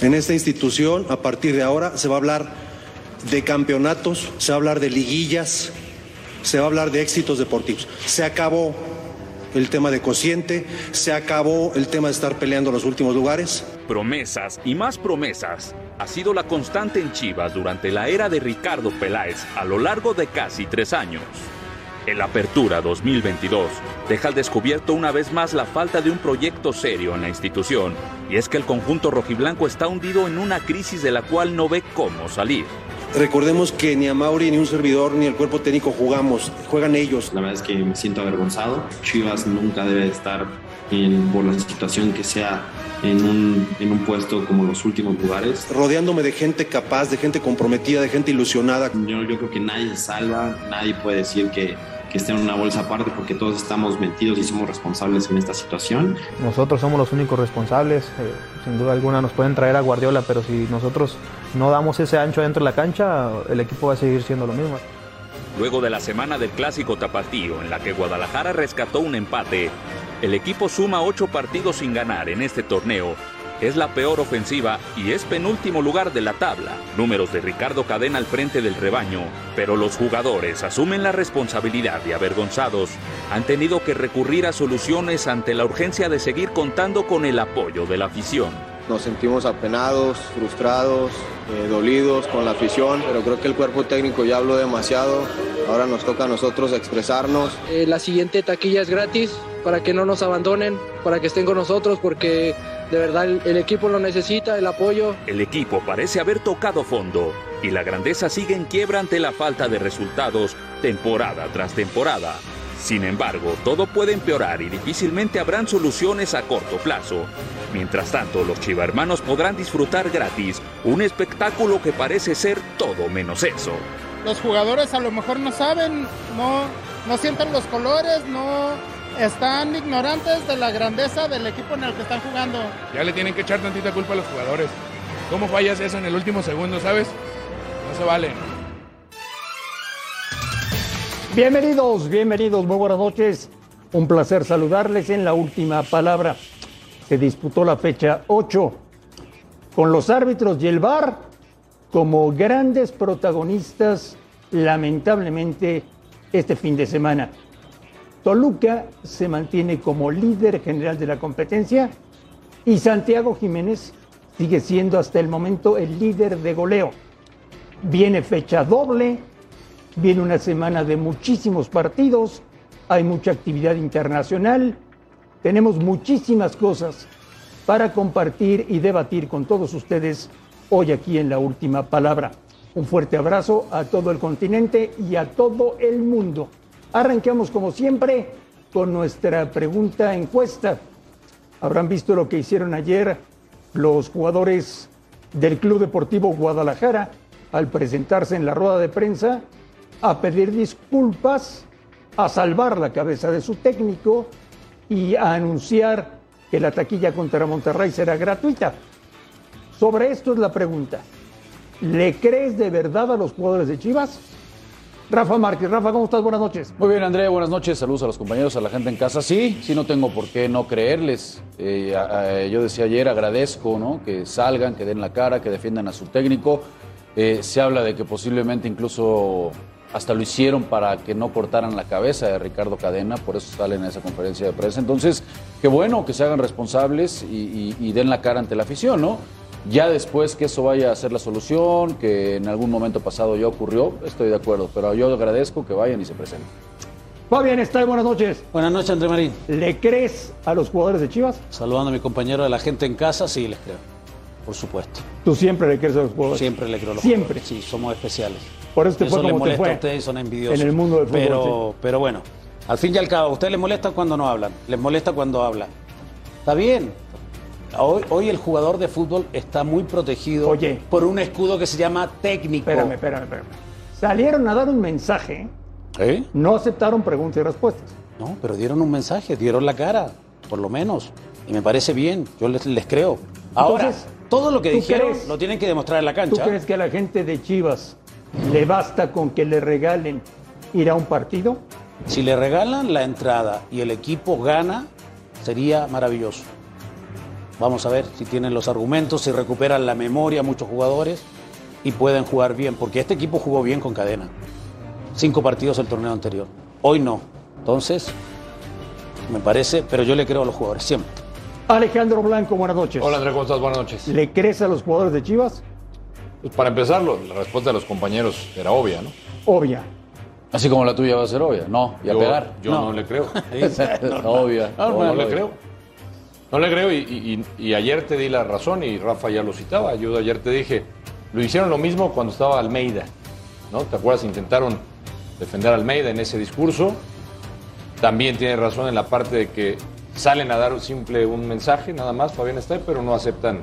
En esta institución, a partir de ahora, se va a hablar de campeonatos, se va a hablar de liguillas, se va a hablar de éxitos deportivos. Se acabó el tema de cociente, se acabó el tema de estar peleando los últimos lugares. Promesas y más promesas ha sido la constante en Chivas durante la era de Ricardo Peláez a lo largo de casi tres años. El Apertura 2022 deja al descubierto una vez más la falta de un proyecto serio en la institución, y es que el conjunto rojiblanco está hundido en una crisis de la cual no ve cómo salir. Recordemos que ni a Mauri, ni un servidor, ni el cuerpo técnico jugamos, juegan ellos. La verdad es que me siento avergonzado. Chivas nunca debe estar en, por la situación que sea en un, en un puesto como los últimos lugares. Rodeándome de gente capaz, de gente comprometida, de gente ilusionada. Yo, yo creo que nadie se salva, nadie puede decir que, que esté en una bolsa aparte porque todos estamos metidos y somos responsables en esta situación. Nosotros somos los únicos responsables, eh, sin duda alguna nos pueden traer a Guardiola, pero si nosotros no damos ese ancho dentro de la cancha, el equipo va a seguir siendo lo mismo. Luego de la semana del clásico tapatío en la que Guadalajara rescató un empate, el equipo suma ocho partidos sin ganar en este torneo. Es la peor ofensiva y es penúltimo lugar de la tabla. Números de Ricardo Cadena al frente del rebaño, pero los jugadores asumen la responsabilidad y avergonzados han tenido que recurrir a soluciones ante la urgencia de seguir contando con el apoyo de la afición. Nos sentimos apenados, frustrados, eh, dolidos con la afición, pero creo que el cuerpo técnico ya habló demasiado. Ahora nos toca a nosotros expresarnos. Eh, la siguiente taquilla es gratis para que no nos abandonen, para que estén con nosotros, porque de verdad el, el equipo lo necesita, el apoyo. El equipo parece haber tocado fondo y la grandeza sigue en quiebra ante la falta de resultados temporada tras temporada. Sin embargo, todo puede empeorar y difícilmente habrán soluciones a corto plazo. Mientras tanto, los chivarmanos podrán disfrutar gratis un espectáculo que parece ser todo menos eso. Los jugadores a lo mejor no saben, no, no sienten los colores, no están ignorantes de la grandeza del equipo en el que están jugando. Ya le tienen que echar tantita culpa a los jugadores. ¿Cómo fallas eso en el último segundo, sabes? No se vale. Bienvenidos, bienvenidos, muy buenas noches. Un placer saludarles en la última palabra. Se disputó la fecha 8 con los árbitros y el VAR como grandes protagonistas, lamentablemente, este fin de semana. Toluca se mantiene como líder general de la competencia y Santiago Jiménez sigue siendo hasta el momento el líder de goleo. Viene fecha doble, Viene una semana de muchísimos partidos, hay mucha actividad internacional, tenemos muchísimas cosas para compartir y debatir con todos ustedes hoy aquí en la última palabra. Un fuerte abrazo a todo el continente y a todo el mundo. Arranqueamos como siempre con nuestra pregunta encuesta. Habrán visto lo que hicieron ayer los jugadores del Club Deportivo Guadalajara al presentarse en la rueda de prensa a pedir disculpas, a salvar la cabeza de su técnico y a anunciar que la taquilla contra Monterrey será gratuita. Sobre esto es la pregunta. ¿Le crees de verdad a los jugadores de Chivas? Rafa Márquez, Rafa, ¿cómo estás? Buenas noches. Muy bien, Andrea, buenas noches. Saludos a los compañeros, a la gente en casa. Sí, sí, no tengo por qué no creerles. Eh, a, a, yo decía ayer, agradezco ¿no? que salgan, que den la cara, que defiendan a su técnico. Eh, se habla de que posiblemente incluso hasta lo hicieron para que no cortaran la cabeza de Ricardo Cadena, por eso salen a esa conferencia de prensa. Entonces, qué bueno que se hagan responsables y, y, y, den la cara ante la afición, ¿no? Ya después que eso vaya a ser la solución, que en algún momento pasado ya ocurrió, estoy de acuerdo, pero yo agradezco que vayan y se presenten. Fabián, está buenas noches. Buenas noches, André Marín. ¿Le crees a los jugadores de Chivas? Saludando a mi compañero de la gente en casa, sí, les creo. por supuesto. Tú siempre le crees a los jugadores. Siempre le creo a los Siempre. jugadores. Sí, somos especiales. Por eso te fue como les te molesta fue a ustedes, son envidiosos. en el mundo del fútbol, Pero, sí. pero bueno, al fin y al cabo, a ustedes les molesta cuando no hablan, les molesta cuando hablan. Está bien. Hoy, hoy el jugador de fútbol está muy protegido Oye. por un escudo que se llama técnico. Espérame, espérame, espérame. Salieron a dar un mensaje, ¿Eh? no aceptaron preguntas y respuestas. No, pero dieron un mensaje, dieron la cara, por lo menos. Y me parece bien, yo les, les creo. Ahora, Entonces, todo lo que ¿tú dijeron crees- lo tienen que demostrar en la ¿Tú cancha. crees que a la gente de Chivas le basta con que le regalen ir a un partido? Si le regalan la entrada y el equipo gana, sería maravilloso. Vamos a ver si tienen los argumentos, si recuperan la memoria muchos jugadores y pueden jugar bien, porque este equipo jugó bien con cadena. Cinco partidos el torneo anterior. Hoy no. Entonces, me parece, pero yo le creo a los jugadores, siempre. Alejandro Blanco, buenas noches. Hola André, ¿cómo estás? Buenas noches. ¿Le crees a los jugadores de Chivas? Pues para empezarlo, la respuesta de los compañeros era obvia, ¿no? Obvia. Así como la tuya va a ser obvia. No, y a Yo- pegar. Yo no, le creo. Obvia. Ah, No, no, Obvia. le creo. No le creo y, y- y- y ayer te di la razón y Rafa ya lo citaba. Yo ayer te dije, lo hicieron lo mismo cuando estaba Almeida, ¿no? ¿Te acuerdas? Intentaron defender a Almeida en ese discurso. También tiene razón en la parte de que salen a dar un simple un mensaje nada más, Fabián está, pero no aceptan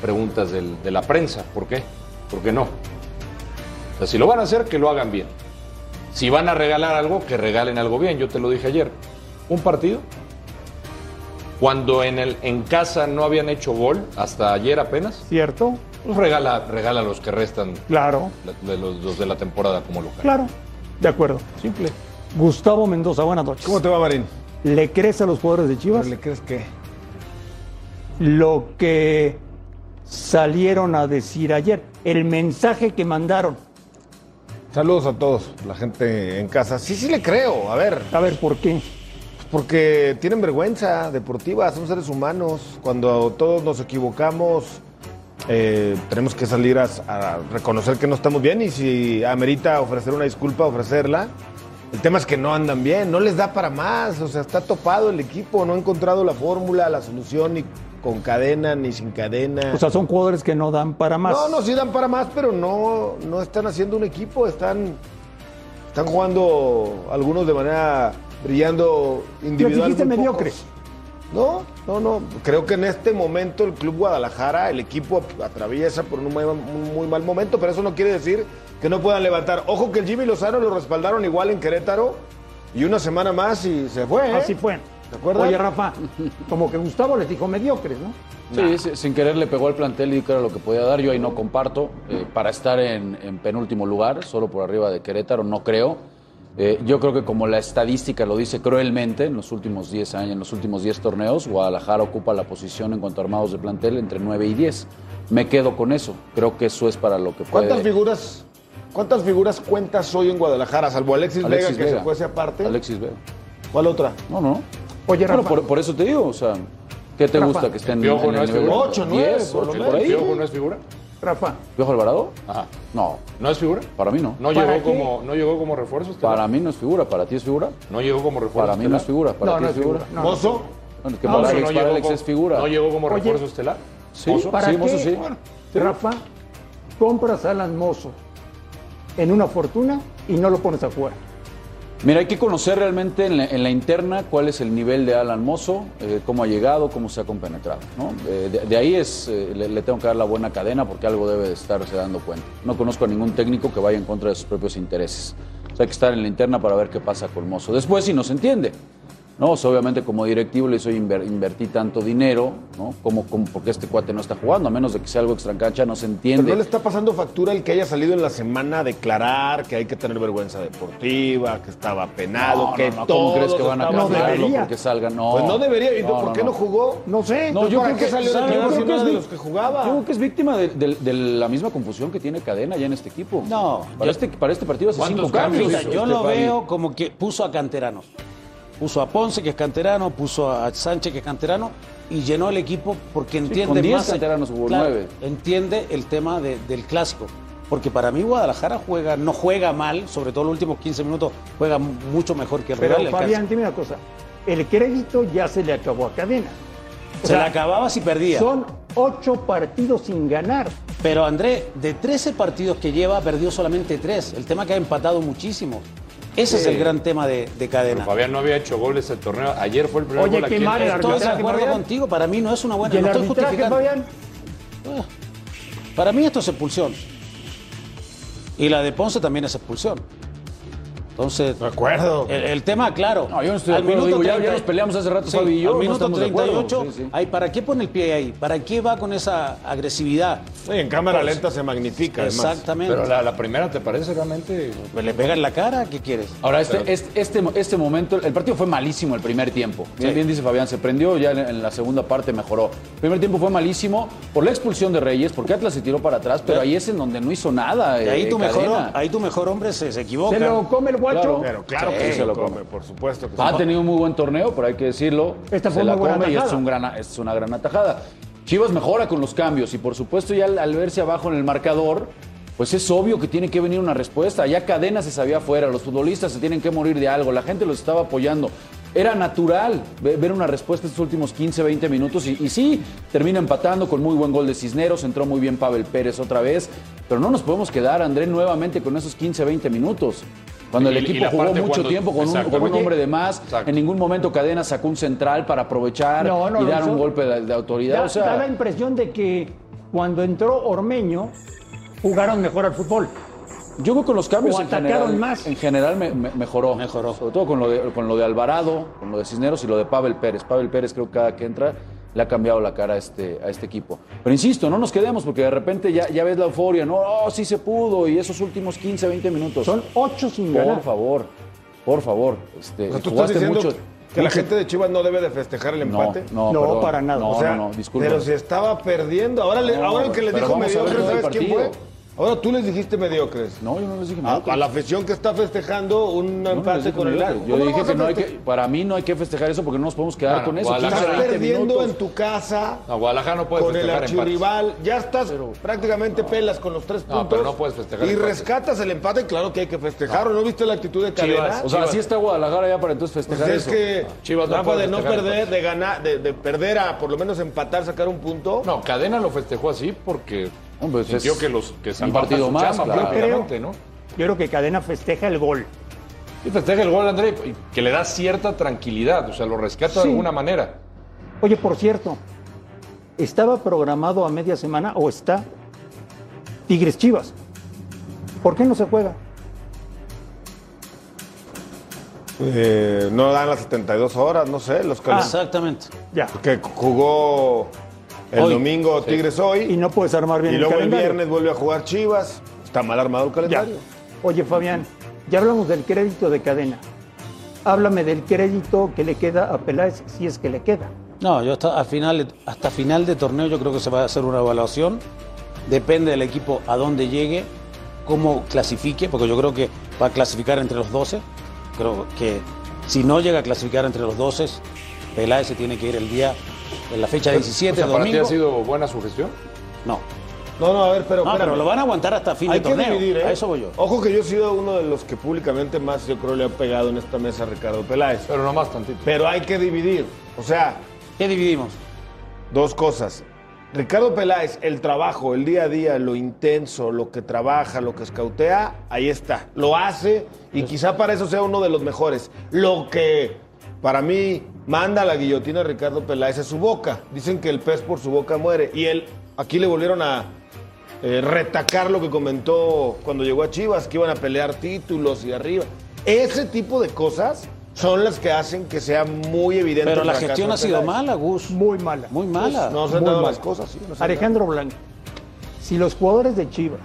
preguntas del- de la prensa. ¿Por qué? ¿Por qué no? O sea, si lo van a hacer, que lo hagan bien. Si van a regalar algo, que regalen algo bien. Yo te lo dije ayer. Un partido. Cuando en, el, en casa no habían hecho gol, hasta ayer apenas, ¿Cierto? pues regala, regala los que restan Claro, la- de los, los de la temporada como local. claro. De acuerdo. Simple. Gustavo Mendoza, buenas noches. ¿Cómo te va, Marín? ¿Le crees a los jugadores de Chivas? ¿Le crees qué? Lo que salieron a decir ayer, el mensaje que mandaron. Saludos a todos, la gente en casa. Sí, sí le creo. A ver. A ver, ¿por qué? Porque tienen vergüenza deportiva, son seres humanos. Cuando todos nos equivocamos, eh, tenemos que salir a, a reconocer que no estamos bien y si amerita ofrecer una disculpa, ofrecerla. El tema es que no andan bien, no les da para más. O sea, está topado el equipo, no ha encontrado la fórmula, la solución, ni con cadena, ni sin cadena. O sea, son jugadores que no dan para más. No, no, sí dan para más, pero no, no están haciendo un equipo, están, están jugando algunos de manera brillando individual. dijiste muy mediocre. pocos. No, no, no. Creo que en este momento el Club Guadalajara, el equipo atraviesa por un muy, un muy mal momento, pero eso no quiere decir que no puedan levantar. Ojo que el Jimmy Lozano lo respaldaron igual en Querétaro y una semana más y se fue. ¿eh? Así fue. ¿Te acuerdas? Oye, Rafa, como que Gustavo les dijo mediocres, ¿no? Sí, sí, sin querer le pegó al plantel y dijo que era lo que podía dar. Yo ahí no comparto. eh, para estar en, en penúltimo lugar, solo por arriba de Querétaro, no creo. Eh, yo creo que como la estadística lo dice cruelmente, en los últimos 10 años, en los últimos 10 torneos, Guadalajara ocupa la posición en cuanto a armados de plantel entre 9 y 10. Me quedo con eso. Creo que eso es para lo que puede. ¿Cuántas figuras, ¿Cuántas figuras cuentas hoy en Guadalajara? Salvo Alexis, Alexis Vega, que Vega. se fuese aparte. Alexis Vega. ¿Cuál otra? No, no. Oye, Bueno, por, por eso te digo, o sea, ¿qué te Rafa, gusta que estén ¿El Piojo en no el es nivel figura? de- Ocho, nueve, 10, por lo ocho, menos. ahí? ¿El Piojo no es figura? Rafa. ¿Piojo Alvarado? No. ¿No es figura? Para mí no. ¿No llegó, como, ¿No llegó como refuerzo? este Para mí no es figura, para ti es figura. No llegó como refuerzo. Para mí no es figura, para ti es figura. ¿Mozo? Bueno, es que Ah, para o sea, Alex, no para llegó Alex como- es figura. no llegó como Oye, refuerzo estelar. Sí, Mozo. ¿Para sí, qué, Mozo, sí. Rafa, compras a Alan Mozo en una fortuna y no lo pones a jugar. Mira, hay que conocer realmente en la, en la interna cuál es el nivel de Alan Mozo, eh, cómo ha llegado, cómo se ha compenetrado. ¿no? Eh, de, de ahí es, eh, le, le tengo que dar la buena cadena porque algo debe de estarse dando cuenta. No conozco a ningún técnico que vaya en contra de sus propios intereses. O sea, hay que estar en la interna para ver qué pasa con Mozo. Después, si nos entiende. No, O sea, obviamente como directivo le hizo invertí tanto dinero, ¿no? Como, como porque este cuate no está jugando, a menos de que sea algo extrancancha, no se entiende. Pero no le está pasando factura el que haya salido en la semana a declarar que hay que tener vergüenza deportiva, que estaba penado, No, que no, no, ¿Cómo todos crees que van a estaban- cambiarlo porque salga? No. Pues no debería. ¿Y por qué no, jugó? No sé. No, Pues yo ¿Para creo que qué salió de ¿sabe? Yo penado si creo no que era es de vi- los que jugaba? Yo creo que es víctima de, de- de la misma confusión que tiene Cadena ya en este equipo. No. Para, este, para este partido hace cinco cambios. Mira, este, yo lo Fabi. veo como que puso a canteranos. Puso a Ponce, que es canterano, puso a Sánchez, que es canterano, y llenó el equipo porque entiende con 10 más. canteranos jugó nueve. Entiende el tema de- del clásico. Porque para mí Guadalajara juega, no juega mal, sobre todo los últimos 15 minutos, juega mu- mucho mejor que el Pero Real. el Fabián, clásico. dime una cosa. El crédito ya se le acabó a Cadena. O Se sea, la acababa si perdía. Son ocho partidos sin ganar. Pero André, de 13 partidos que lleva, perdió solamente 3. El tema que ha empatado muchísimo. Ese es Sí. el gran tema de, de cadena. Pero Fabián no había hecho goles el torneo. Ayer fue el primer gol aquí en- Estoy de acuerdo contigo, para mí no es una buena. ¿Y el no estoy arbitraje, justificando. Ah, Para mí esto es expulsión. Y la de Ponce también es expulsión. Entonces. De acuerdo. El, el tema, claro. No, yo no estoy de Al acuerdo, digo, minuto ya- 30 ya nos peleamos hace rato, Fabi y yo, Al no minuto estamos de acuerdo. 38, Sí, sí. ay, ¿para qué pone el pie ahí? ¿Para qué va con esa agresividad? Pues, en cámara lenta se magnifica. además. Exactamente. Pero la- la primera, ¿te parece realmente? le pega en la cara, ¿qué quieres? Ahora, este, Pero- este, este, este momento, el partido fue malísimo el primer tiempo. Sí. Bien dice Fabián, se prendió, ya en, en la segunda parte mejoró. El primer tiempo fue malísimo por la expulsión de Reyes, porque Atlas se tiró para atrás, pero ahí es en donde no hizo nada. Y ahí, eh, tu mejor, Cadena. ahí tu mejor hombre se, se equivoca. ¿Se lo come el guacho? Pero claro Sí, que se se lo lo come, come. por supuesto que Ha sí. tenido un muy buen torneo, pero hay que decirlo. Esta fue se la muy buena come y atajada. es, un gran, es una gran atajada. Chivas mejora con los cambios y por supuesto ya al, al verse abajo en el marcador, pues es obvio que tiene que venir una respuesta. Ya Cadena se sabía afuera, los futbolistas se tienen que morir de algo, la gente los estaba apoyando. Era natural ve- ver una respuesta estos últimos 15, 20 minutos y, y sí, termina empatando con muy buen gol de Cisneros, entró muy bien Pavel Pérez otra vez, pero no nos podemos quedar, André, nuevamente con esos 15, 20 minutos. Cuando el Y- y equipo la jugó parte mucho cuando- tiempo con un, Exacto. con un Oye, hombre de más, en ningún momento Cadena sacó un central para aprovechar No, no y lo dar hizo. un golpe de, de autoridad. Da, o sea, da la impresión de que cuando entró Ormeño, jugaron mejor al fútbol. Yo creo que los cambios o en atacaron general, más. en general me- me- mejoró. Mejoró. Sobre todo con lo, de, con lo de Alvarado, con lo de Cisneros y lo de Pavel Pérez. Pavel Pérez creo que cada que entra le ha cambiado la cara a este, a este equipo. Pero insisto, no nos quedemos porque de repente ya, ya ves la euforia, no, oh, sí se pudo y esos últimos 15, 20 minutos. Son 8 sin Por ganar. favor, por favor. Este, O sea, ¿Tú estás jugaste diciendo mucho. que la mucho- gente de Chivas no debe de festejar el No, empate? no, No, perdón. para nada. O sea, No, no, no, disculpa. Pero si estaba perdiendo. Ahora, le- No, ahora el que les pero dijo vamos a ver mediocres, todo el ¿sabes quién fue? partido. Ahora tú les dijiste mediocres. No, yo no les dije mediocres. A, la afición que está festejando un No, no, empate yo con el dije- Atlas. Yo ¿Cómo dije vas que a no hay que, festejar? para mí no hay que festejar eso porque no nos podemos quedar Claro, con eso. Guadalajara 15, estás 20 perdiendo minutos. en tu casa. No, Guadalajara no puede con el festejar empates. archirrival. Ya estás prácticamente pelas con los tres puntos. No, pero no puedes festejar Y empates. rescatas el empate, claro que hay que festejar. ¿O no viste la actitud de Cadena? Chivas, o sea, así está Guadalajara ya para entonces Pues festejar es eso. que Chivas no Rafa puede de no festejar perder, empates. de ganar, de, de perder a por lo menos empatar, sacar un punto. No, Cadena lo festejó así porque Hombre, pues sintió es que los que se un aparta partido su más, chamba claro. prácticamente, ¿no? Yo creo que Cadena festeja el gol. Y festeja el gol, André, y que le da cierta tranquilidad, o sea, lo rescata Sí. de alguna manera. Oye, por cierto, estaba programado a media semana o está Tigres Chivas. ¿Por qué no se juega? Eh, no dan las 72 horas, no sé, Ah, los que, Exactamente. Ya. que jugó el Hoy. domingo Sí. Tigres hoy. Y no puedes armar bien Y el luego el, calendario. viernes vuelve a jugar Chivas. Está mal armado el calendario. Oye, Fabián, ya hablamos del crédito de cadena. Háblame del crédito que le queda a Peláez, si es que le queda. No, yo hasta, a final, hasta final de torneo yo creo que se va a hacer una evaluación. Depende del equipo a dónde llegue, cómo clasifique, porque yo creo que va a clasificar entre los 12. Creo que si no llega a clasificar entre los 12, Peláez se tiene que ir el día, en la fecha 17, O sea, ¿Para ti domingo. ha sido buena sugestión? No. No, no, a ver, pero. No, espérame. pero lo van a aguantar hasta fin de Hay que torneo. dividir, ¿eh? A eso voy yo. Ojo que yo he sido uno de los que públicamente más, yo creo, le ha pegado en esta mesa a Ricardo Peláez. Pero no más tantito. Pero hay que dividir. O sea. ¿Qué dividimos? Dos cosas. Ricardo Peláez, el trabajo, el día a día, lo intenso, lo que trabaja, lo que escautea, ahí está. Lo hace y Pues quizá para eso sea uno de los mejores. Lo que para mí manda la guillotina a Ricardo Peláez es su boca. Dicen que el pez por su boca muere. Y él, aquí le volvieron a, eh, retacar lo que comentó cuando llegó a Chivas, que iban a pelear títulos y arriba. Ese tipo de cosas son las que hacen que sea muy evidente. Pero el la fracaso gestión de ha sido Peláez. mala, Gus. Muy mala. Muy mala. Pues, no se han Muy dado mala. las cosas, sí, no se han Alejandro Blanco, si los jugadores de Chivas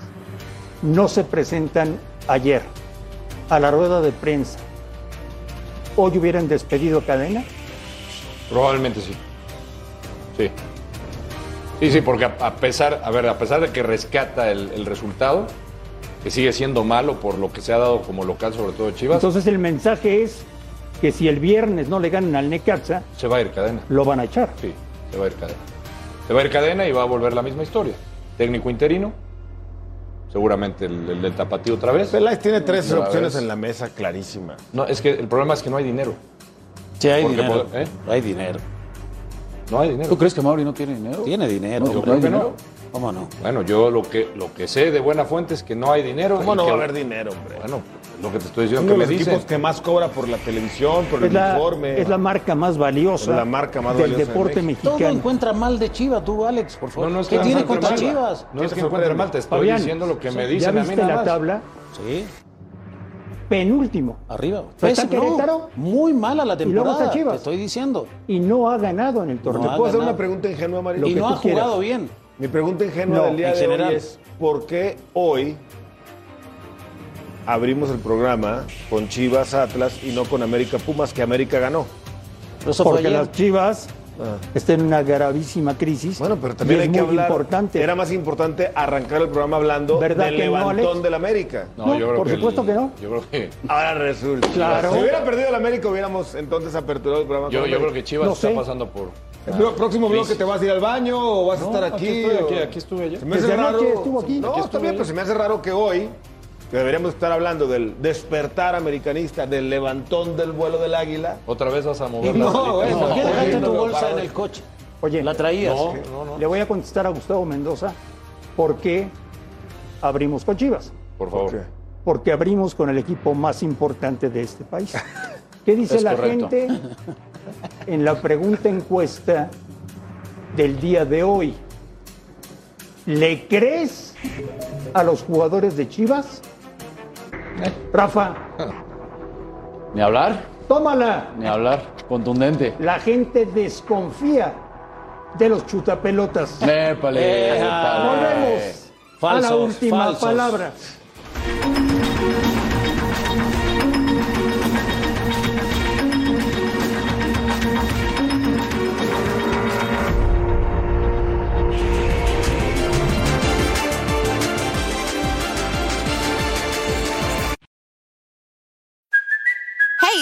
no se presentan ayer a la rueda de prensa, hoy hubieran despedido a cadena. Probablemente sí. Sí. Sí, sí, porque a, a pesar, a ver, a pesar de que rescata el, el resultado, que sigue siendo malo por lo que se ha dado como local, sobre todo Chivas, Entonces el mensaje es que si el viernes no le ganan al Necaxa, se va a ir cadena. lo van a echar. Sí, se va a ir cadena. Se va a ir cadena y va a volver la misma historia. Técnico interino, seguramente el, el del tapatío otra vez. Peláez tiene tres Otra opciones vez. en la mesa clarísima. No, es que el problema es que no hay dinero. Sí, hay Porque dinero. pod- ¿eh? Hay dinero. No hay dinero. ¿Tú crees que Mauri no tiene dinero? Tiene dinero. No, pues, yo creo que no. ¿Cómo no? Bueno, yo lo que, lo que sé de buena fuente es que no hay dinero. ¿Cómo y no que- va a haber dinero, hombre? Bueno, lo que te estoy Uno diciendo de que me los dicen. equipos que más cobra por la televisión, por el Es la, uniforme. es la marca más valiosa. Es la marca más del valiosa de deporte México. Todo mexicano. encuentra mal de Chivas, tú, Alex, por favor. No, no es ¿Qué que tiene encuentre contra mal. Chivas? No es que encuentre mal, te estoy Fabián, diciendo lo que me ¿ya dicen a mí viste nada la más. tabla? Sí. Penúltimo. Arriba. Pero está Pésimo, Pues, no. Querétaro. Muy mala la Y luego temporada. está Chivas. Te estoy diciendo. Y no ha ganado en el ¿Te torneo. puedo hacer una pregunta ingenua, Mario? Lo que tú quieras. Mi pregunta ingenua No, del día en de general. hoy es ¿por qué hoy abrimos el programa con Chivas Atlas y no con América Pumas, que América ganó? Porque las Chivas Ah. están en una gravísima crisis. Bueno, pero También es hay que muy hablar. importante. Era más importante arrancar el programa hablando ¿Verdad del que no, levantón Alex? del América. No, No, yo creo por que el- supuesto que no. Yo creo que. Ahora resulta. Claro. Si hubiera perdido el América, hubiéramos entonces aperturado el programa. Yo, con yo América. creo que Chivas está pasando por. El pro- próximo Crisis. bloque te vas a ir al baño o vas a No, estar aquí aquí. estoy, o- aquí- aquí estuve ayer. Se me hace Desde raro. anoche estuvo se- aquí. No, Aquí está estuve bien, ayer. pero se me hace raro que hoy, que deberíamos estar hablando del despertar americanista, del levantón del vuelo del águila. Otra vez vas a mover No, las güey, alitas. ¿por qué dejaste Moviendo tu la bolsa parada. en el coche? Oye, ¿La traías? No, Le voy a contestar a Gustavo Mendoza por qué abrimos con Chivas. Por favor. Porque abrimos con el equipo más importante de este país. ¿Qué dice Es la correcto. gente en la pregunta encuesta del día de hoy? ¿Le crees a los jugadores de Chivas? Rafa, Ni hablar, tómala. ni hablar. Contundente. La gente desconfía de los chutapelotas. Eh, Népale, épale. Volvemos a la Falsos, última falsos. palabra. Hey,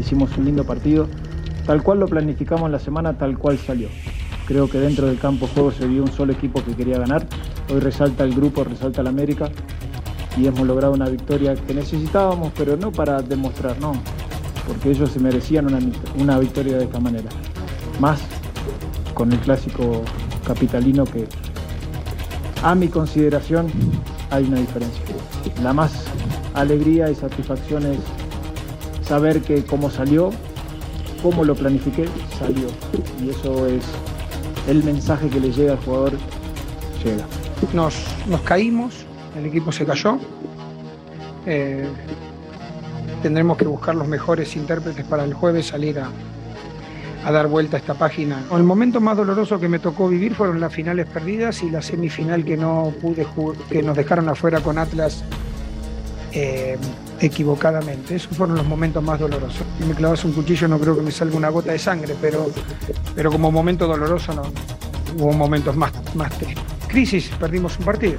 Hicimos un lindo partido, tal cual lo planificamos la semana, tal cual salió. Creo que dentro del campo de juego se vio un solo equipo que quería ganar. Hoy resalta el grupo, resalta la América y hemos logrado una victoria que necesitábamos, pero no para demostrar, no, porque ellos se merecían una, una victoria de esta manera. Más con el clásico capitalino que a mi consideración hay una diferencia. La más alegría y satisfacción es saber que como salió, cómo lo planifiqué, salió. Y eso es el mensaje que le llega al jugador, llega. Nos, nos caímos, el equipo se cayó. Eh, tendremos que buscar los mejores intérpretes para el jueves salir a, a dar vuelta a esta página. El momento más doloroso que me tocó vivir fueron las finales perdidas y la semifinal que no pude ju- que nos dejaron afuera con Atlas eh, equivocadamente. Esos fueron los momentos más dolorosos. Si me clavas un cuchillo no creo que me salga una gota de sangre, pero, pero como momento doloroso no. Hubo momentos más, más tristes. Crisis, perdimos un partido.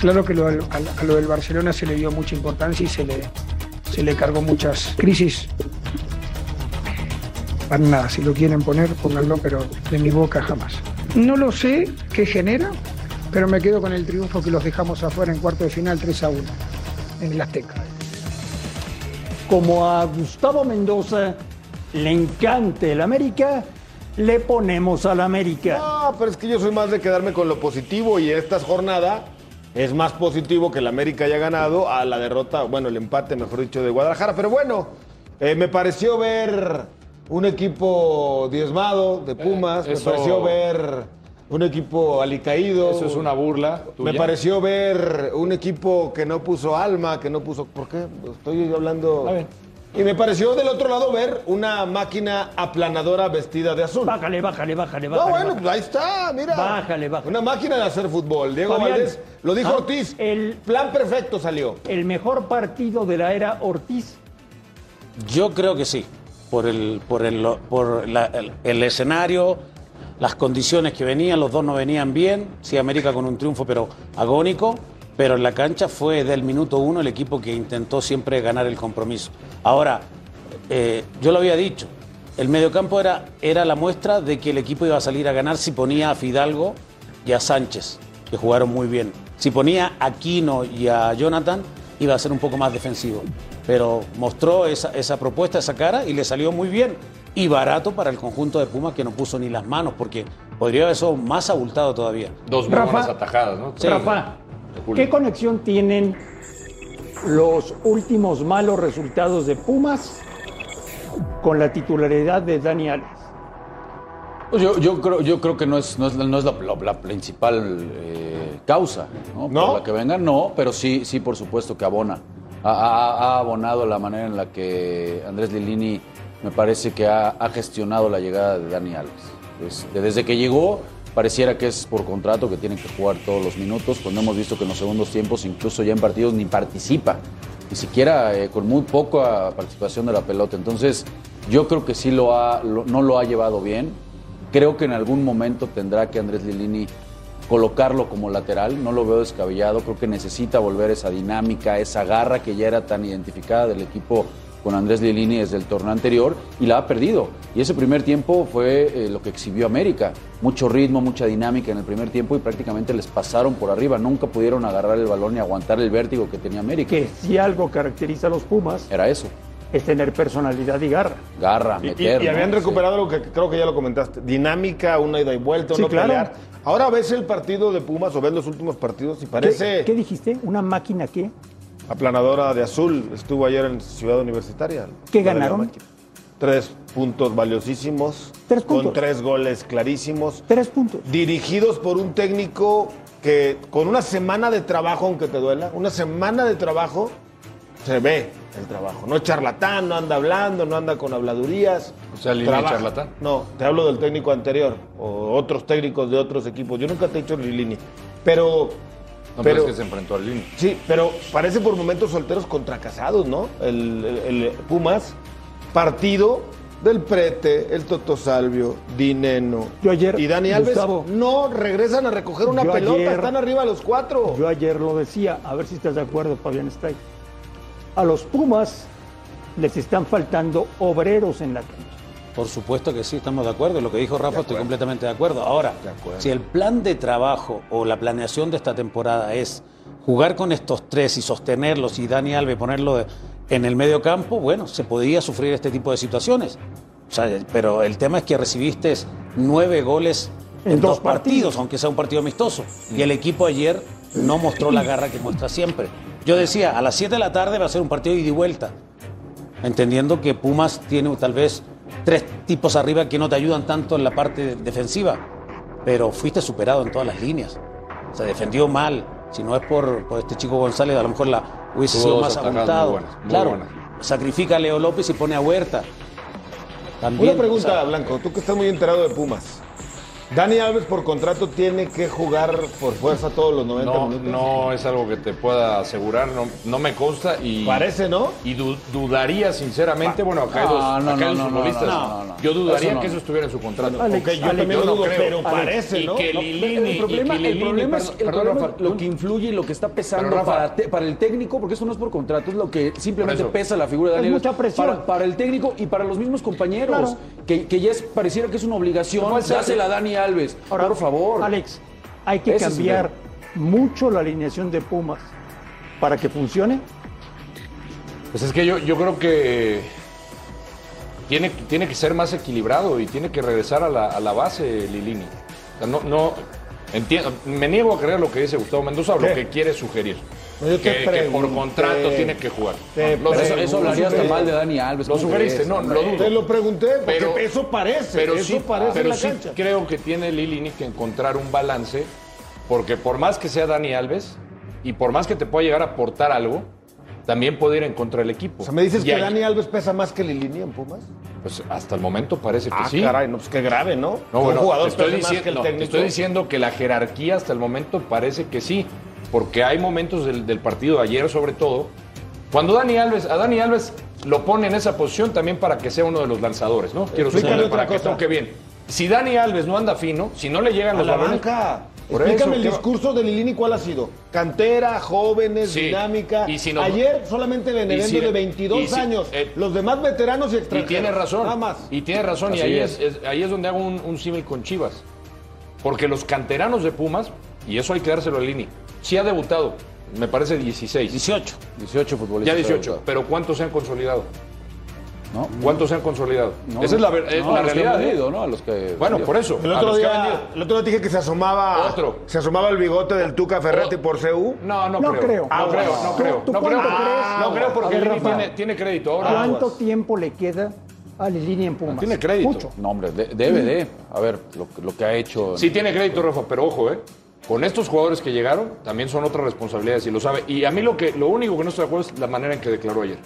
Claro que lo del- al- a lo del Barcelona se le dio mucha importancia y se le, se le cargó muchas crisis. Para nada, si lo quieren poner, pónganlo, pero de mi boca jamás. No lo sé qué genera, pero me quedo con el triunfo que los dejamos afuera en cuarto de final 3 a 1 en el Azteca. Como a Gustavo Mendoza le encanta el América, le ponemos al América. Ah, pero es que yo soy más de quedarme con lo positivo y esta jornada es más positivo que el América haya ganado a la derrota, bueno, el empate, mejor dicho, de Guadalajara. Pero bueno, eh, me pareció ver un equipo diezmado de Pumas, Eh, eso- me pareció ver un equipo alicaído. Eso es una burla. tuya. Me pareció ver un equipo que no puso alma, que no puso. ¿Por qué? Estoy hablando. Y me pareció del otro lado ver una máquina aplanadora vestida de azul. Bájale, bájale, bájale, No, bájale. bueno, bájale. pues ahí está, mira. Bájale, bájale. Una máquina de hacer fútbol. Diego Fabián, Valdés lo dijo ah, Ortiz. El plan perfecto salió. El mejor partido de la era Ortiz. Yo creo que sí, por el, por el, por la- el, el escenario, las condiciones que venían, los dos no venían bien, sí América con un triunfo pero agónico, pero en la cancha fue del minuto uno el equipo que intentó siempre ganar el compromiso. Ahora, eh, yo lo había dicho, el mediocampo era, era la muestra de que el equipo iba a salir a ganar si ponía a Fidalgo y a Sánchez, que jugaron muy bien. Si ponía a Quino y a Jonathan, iba a ser un poco más defensivo. Pero mostró esa, esa propuesta, esa cara y le salió muy bien. Y barato para el conjunto de Pumas que no puso ni las manos, porque podría haber sido más abultado todavía. Dos muy Rafa. buenas atajadas, ¿no? Sí. Rafa, ¿qué conexión tienen los últimos malos resultados de Pumas con la titularidad de Dani Alves? Pues yo, yo, creo, yo creo que no es, no es, la- no es la, la- la principal eh, causa, ¿no? Por la que vengan, no, pero sí, sí, por supuesto que abona. Ha, ha- ha abonado la manera en la que Andrés Lilini me parece que ha, ha gestionado la llegada de Dani Alves. Este, desde que llegó, pareciera que es por contrato que tienen que jugar todos los minutos, cuando hemos visto que en los segundos tiempos, incluso ya en partidos, ni participa ni siquiera eh, con muy poca participación de la pelota. Entonces, yo creo que sí lo ha, lo- no lo ha llevado bien. Creo que en algún momento tendrá que Andrés Lilini colocarlo como lateral. No lo veo descabellado. Creo que necesita volver esa dinámica, esa garra que ya era tan identificada del equipo con Andrés Lilini desde el torneo anterior y la ha perdido. Y ese primer tiempo fue eh, lo que exhibió América. Mucho ritmo, mucha dinámica en el primer tiempo y prácticamente les pasaron por arriba. Nunca pudieron agarrar el balón y aguantar el vértigo que tenía América. Que si algo caracteriza a los Pumas Era eso. es tener personalidad y garra. Garra, Y- Y, meter. y ¿no? habían Sí. recuperado lo que creo que ya lo comentaste, dinámica, una ida y vuelta, Sí, no claro. pelear. Ahora ves el partido de Pumas o ves los últimos partidos y parece ¿Qué, qué dijiste? ¿Una máquina qué? aplanadora de azul. Estuvo ayer en Ciudad Universitaria. ¿Qué La de la ganaron? máquina. Tres puntos valiosísimos. Tres Con puntos. tres goles clarísimos. Tres puntos. Dirigidos por un técnico que con una semana de trabajo, aunque te duela, una semana de trabajo, se ve el trabajo. No es charlatán, no anda hablando, no anda con habladurías. O sea, Lilini Trabaja. charlatán. No, te hablo del técnico anterior o otros técnicos de otros equipos. Yo nunca te he dicho Lilini. Pero. No, pero, pero- es que se enfrentó al Lini. Sí, pero parece por momentos solteros contra casados, ¿no? El, el- el Pumas, partido del Prete, el Toto Salvio, Dineno y Dani Alves Gustavo, no regresan a recoger una yo pelota, ayer- están arriba los cuatro. Yo ayer lo decía, a ver si estás de acuerdo, Fabián Stey. A los Pumas les están faltando obreros en la cancha. Por supuesto que sí, estamos de acuerdo. Lo que dijo Rafa, estoy completamente de acuerdo. Ahora, si el plan de trabajo o la planeación de esta temporada es jugar con estos tres y sostenerlos y Dani Alves ponerlo de- en el medio campo, bueno, se podía sufrir este tipo de situaciones. O sea, pero el tema es que recibiste nueve goles en, dos, partidos, aunque sea un partido amistoso. Y el equipo ayer no mostró la garra que muestra siempre. Yo decía, a las 7 de la tarde va a ser un partido de ida y vuelta entendiendo que Pumas tiene tal vez tres tipos arriba que no te ayudan tanto en la parte defensiva, pero fuiste superado en todas las líneas. Se defendió mal, si no es por, por este chico González, a lo mejor la hubiese Tuvo sido dos más atajadas muy apuntado. buenas, muy Claro, buenas. sacrifica a Leo López y pone a Huerta. También, Una pregunta, o sea, Blanco, tú que estás muy enterado de Pumas. Dani Alves por contrato tiene que jugar por fuerza todos los 90 No, minutos. no es algo que te pueda asegurar, no, no me consta y. Parece, ¿no? Y du- dudaría sinceramente, bueno, acá hay No, dos, no, acá hay no, dos no, no, futbolistas. no, no, no. Yo dudaría Eso no. que eso estuviera en su contrato. Alex, Ok, Alex, también yo lo no creo, creo, Alex. y No, Que no, Lilini, el problema, y que el Lilini- problema es, perdón, el perdón, problema Rafa, es lo que influye y lo que está pesando Pero, Rafa- para, te- para el técnico, porque eso no es por contrato, es lo que simplemente Por eso. pesa la figura de Es Daniel. mucha presión. Para, para el técnico y para los mismos compañeros, Claro. que, que ya es, pareciera que es una obligación. Puede ser. Dásela a Dani Alves, por favor. Alex, hay que Ese es el cambiar mucho la alineación de Pumas para que funcione. Pues es que yo, yo creo que eh, tiene, tiene que ser más equilibrado y tiene que regresar a la, a la base Lilini. O sea, no, no entiendo, me niego a creer lo que dice Gustavo Mendoza, o lo ¿Qué? que quiere sugerir. No, yo te que, que por pregunté. contrato tiene que jugar. Te No, lo- pregunté. Lo sugeriste, no, lo dudo. Te lo pregunté porque Pero- eso parece. Pero eso sí, parece en pero la sí cancha. creo que tiene Lilini que encontrar un balance, porque por más que sea Dani Alves y por más que te pueda llegar a aportar algo, también puede ir en contra del equipo. O sea, ¿me dices Y que ahí- Dani Alves pesa más que Lilini en Pumas? Pues hasta el momento parece que Ah, sí. caray, no, pues qué grave, ¿no? Que No, un bueno, jugador te estoy, pese más diciendo, que el no, te técnico. estoy diciendo que la jerarquía hasta el momento parece que sí, porque hay momentos del, del partido de ayer sobre todo. Cuando Dani Alves, a Dani Alves lo pone en esa posición también para que sea uno de los lanzadores, ¿no? Quiero Explícame suponer, otra para que cosa. toque bien. si Dani Alves no anda fino, si no le llegan A los la balones. banca. Por eso, Explícame el ¿qué va- discurso de Lilini, ¿cuál ha sido? Cantera, jóvenes, Sí. dinámica. Y si nos- Ayer solamente Benevendo y si- de y 22 si- años. eh, los demás veteranos y Y extranjeros. tiene razón. Nada más. Y tiene razón. y ahí es. es- ahí es donde hago un, un símil con Chivas. Porque los canteranos de Pumas, y eso hay que dárselo a Lini, sí ha debutado, me parece 16. 18. 18 futbolistas. Ya ha 18. debutado. Pero ¿cuántos se han consolidado? ¿No? ¿Cuántos se han consolidado? No, Esa es la, ver- no, es a los la que realidad. han ¿eh? venido, ¿no? A los que- Bueno, por eso. El a otro, los que han día, venido. el otro día dije que se asomaba. Se asomaba el bigote del Tuca Ferretti por CU. No, no, creo. Ah, No creo, no creo. ¿Tú no creo, cuánto crees? Ah, no creo porque A ver, Lini Rafa. tiene, tiene crédito ahora. ¿Cuánto tiempo le queda a Lilini en Pumas? Tiene crédito. Mucho. No, hombre, de- debe de. A ver, lo, lo que ha hecho. en- Sí tiene crédito, Rafa, pero ojo, ¿eh? Con estos jugadores que llegaron, también son otras responsabilidades y lo sabe. Y a mí lo, que, lo único que no estoy de acuerdo es la manera en que declaró ayer.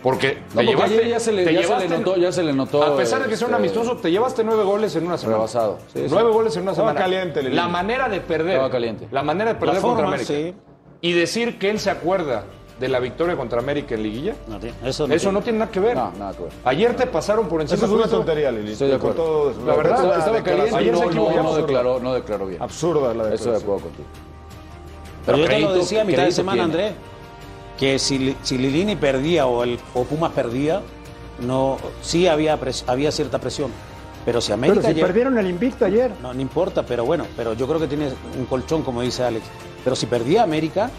Porque, te No, porque llevaste- ayer ya se le, te ya se le llevaste- notó, ya se le notó. A pesar de que sea un este, amistoso, te llevaste nueve goles en una semana. Rebasado. Sí, sí. nueve goles en una Estaba semana. caliente, Lilini. la manera de perder. Estaba caliente. La manera de perder La contra forma, América. sí. Y decir que él se acuerda de la victoria contra América en Liguilla. eso no, tiene. nada que ver. No, nada que ver. Ayer te pasaron por encima. Eso es una Fuiste- tontería, Lili. Estoy de Con acuerdo. todo- La verdad, estaba, la estaba declaración- caliente. Ayer se no, no, equivocó. no declaró, no declaró bien. Absurda la Estoy de acuerdo contigo. Pero yo te lo crédito- decía a mitad de crédito semana, tiene. Andrés, que si, Li- si Lilini perdía o, el, o Pumas perdía, no, sí había, pres- había cierta presión. Pero si América Pero si llega- perdieron el invicto ayer. No, no importa, pero bueno, pero yo creo que tiene un colchón, como dice Alex. Pero si perdía América,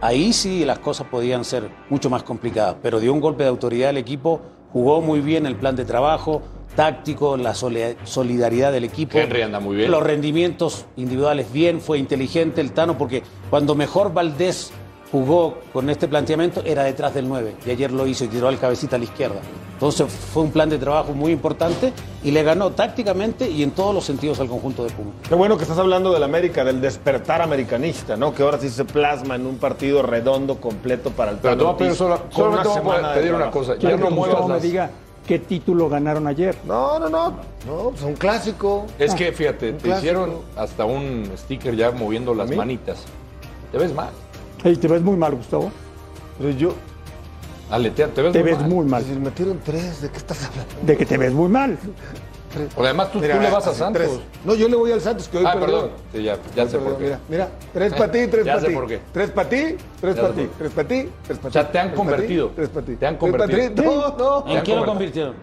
ahí sí las cosas podían ser mucho más complicadas. Pero dio un golpe de autoridad al equipo, jugó muy bien el plan de trabajo, táctico, la sole- solidaridad del equipo. Henry anda muy bien. Los rendimientos individuales bien, fue inteligente el Tano, porque cuando mejor Valdés jugó con este planteamiento era detrás del 9, y ayer lo hizo y tiró al cabecita a la izquierda. Entonces fue un plan de trabajo muy importante y le ganó tácticamente y en todos los sentidos al conjunto de Pumas. Qué bueno que estás hablando del América, del despertar americanista, ¿no? Que ahora sí se plasma en un partido redondo, completo para el Pero te voy a Tano pedir Ortiz, solo- con solamente una te voy a semana de pedir una trabajo. cosa. Quiero que Gustavo me diga qué título ganaron ayer. No, no, no. No, pues un clásico. Es que fíjate, te clásico. hicieron hasta un sticker ya moviendo las manitas. Te ves mal. Ey, te ves muy mal, Gustavo. Pero yo. Aletea, te ves Te muy ves mal. muy mal. Si metieron tres, ¿de qué estás hablando? De que te ves muy mal. Porque además tú, Mira, tú le vas a así, Santos. tres. No, yo le voy al Santos que hoy Ah, perdió. perdón. Sí, ya, ya sé por qué. Mira, mira, tres para ti, tres Ya para sé ti. por qué. Tres para ti, tres Ya para sé ti, por qué. tres para ti, tres para ti. O sea, te han tres pa' ti, convertido. Tres para ti. Te han tres pa' ti. convertido. No, no. ¿En qué lo convirtieron?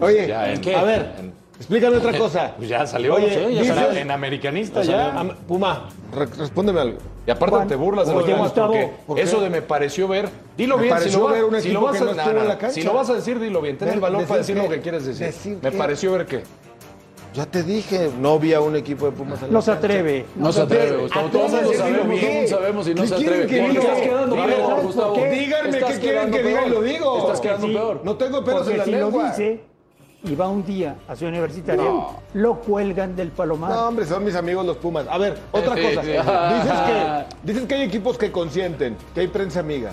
Oye, Ya, en- a ver, en- explícame otra cosa. Pues ya salió. Oye, sí, ya dices- salió en americanista Ya ya. salió. Am- Puma, re- respóndeme algo. Y aparte Juan, te burlas de los oye, demás Gustavo, porque ¿por qué? eso de me pareció ver. Dilo Me bien, si pareció lo, va- ver un si lo equipo vas que a no estuvo no, en la no, cancha. Si lo vas a decir, dilo bien. Ten Ver- el balón para decir decir lo qué, que quieres decir. decir me qué. pareció ver que. Ya te dije, no vi a un equipo de Pumas. en la No se cancha. atreve. No se atreve, Gustavo. Todos lo Atrévete, sabemos, dilo todo el mundo bien. sabemos y no ¿Qué se quieren atreve. que diga? Estás quedando Digo, peor, ¿sabes Gustavo. por qué? Díganme Estás qué quieren quedando que diga y peor. lo digo. Estás quedando Sí. peor. No tengo pelos en Porque la si lo lengua. dice y va un día a su universitario, No. lo cuelgan del palomar. No, hombre, son mis amigos los Pumas. A ver, otra Sí, cosa. sí. Dices que, dices que hay equipos que consienten, que hay prensa amiga.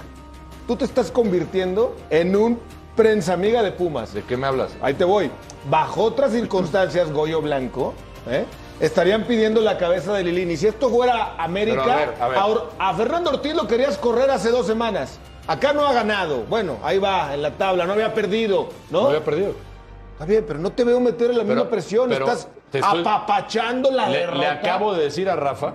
Tú te estás convirtiendo en un prensa amiga de Pumas. ¿De qué me hablas? Ahí te voy. Bajo otras circunstancias, Goyo Blanco, ¿eh? estarían pidiendo la cabeza de Lilini. Si esto fuera América, Pero a ver, a ver. Or- a Fernando Ortiz lo querías correr hace dos semanas. Acá no ha ganado. Bueno, ahí va, en la tabla, no había perdido, ¿no? No había perdido. Está bien, pero no te veo meter en la misma presión. pero Estás te estoy- apapachando la Le, derrota. le acabo de decir a Rafa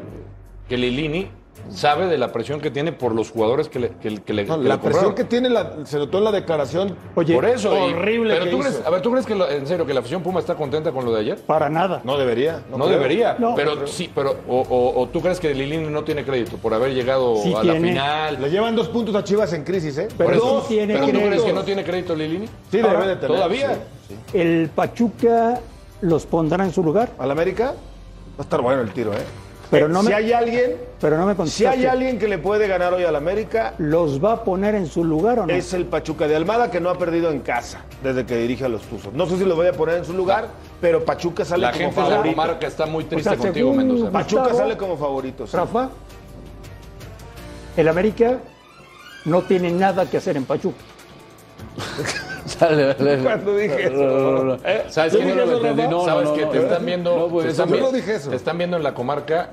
que Lilini sabe de la presión que tiene por los jugadores que le, que, que le- No, que la le presión compraron. que tiene la- se notó en la declaración por eso, y- horrible pero que tú hizo. crees, a ver, ¿tú crees que la- en serio que la afición Puma está contenta con lo de ayer? Para nada. No debería. No, creo. debería, No. pero sí, pero o, o- o tú crees que Lilini no tiene crédito por haber llegado Sí a la tiene. final. Le llevan dos puntos a Chivas en crisis, ¿eh? Por Pero eso, dos tiene pero tú crédito. crees que no tiene crédito Lilini? Sí, debe de tener, Todavía. sí. ¿El Pachuca los pondrá en su lugar? ¿Al América? Va a estar bueno el tiro, ¿eh? Pero no si me, hay alguien, pero no me si contestaste. hay alguien que le puede ganar hoy al América, ¿Los va a poner en su lugar o no? es el Pachuca de Almada que no ha perdido en casa desde que dirige a los Tuzos. No sé si lo voy a poner en su lugar, pero Pachuca sale La como gente de la favorito. comarca está muy triste sea, contigo, según Mendoza. Pachuca Gustavo- sale como favorito. sí. Rafa, el América no tiene nada que hacer en Pachuca. Cuando dije eso. ¿Sabes ¿Yo qué? dije ¿Sabes eso, Rafa? ¿Sabes No, qué? no, Te no, están no. viendo. No, güey, pues, te están yo no viendo- dije eso. Te están viendo en la comarca.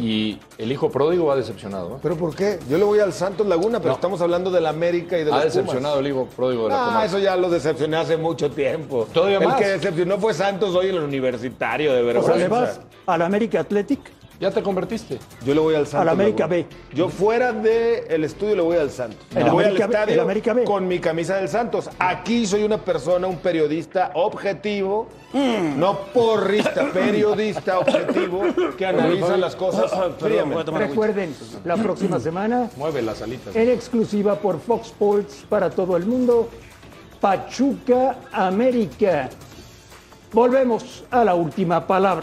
Y el hijo pródigo va decepcionado. ¿eh? ¿Pero por qué? Yo le voy al Santos Laguna, pero No. estamos hablando del América y de Ha los decepcionado Pumas. el hijo pródigo de la Ah, comarca. eso ya lo decepcioné hace mucho tiempo. Todavía el más. que decepcionó fue Santos hoy en el universitario, de O verdad. sea, le vas al América Athletic. Ya te convertiste. Yo le voy al Santos. Al América Laguna. Yo fuera del estudio le voy al Santos. El voy América al B, estadio el América B. con mi camisa del Santos. Aquí soy una persona, un periodista objetivo, Mm. no porrista, periodista objetivo que analiza las cosas fríamente. Recuerden, la próxima semana, Mueve las alitas. en exclusiva por Fox Sports para todo el mundo, Pachuca América. Volvemos a la última palabra.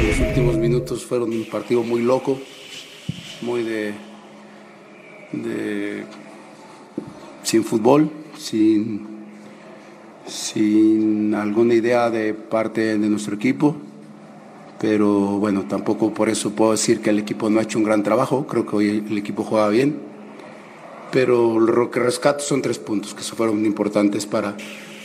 Los últimos minutos fueron un partido muy loco, muy de, de- sin fútbol, sin, sin alguna idea de parte de nuestro equipo. Pero bueno, tampoco por eso puedo decir que el equipo no ha hecho un gran trabajo. Creo que hoy el equipo juega bien. Pero lo que rescato son tres puntos que se fueron importantes para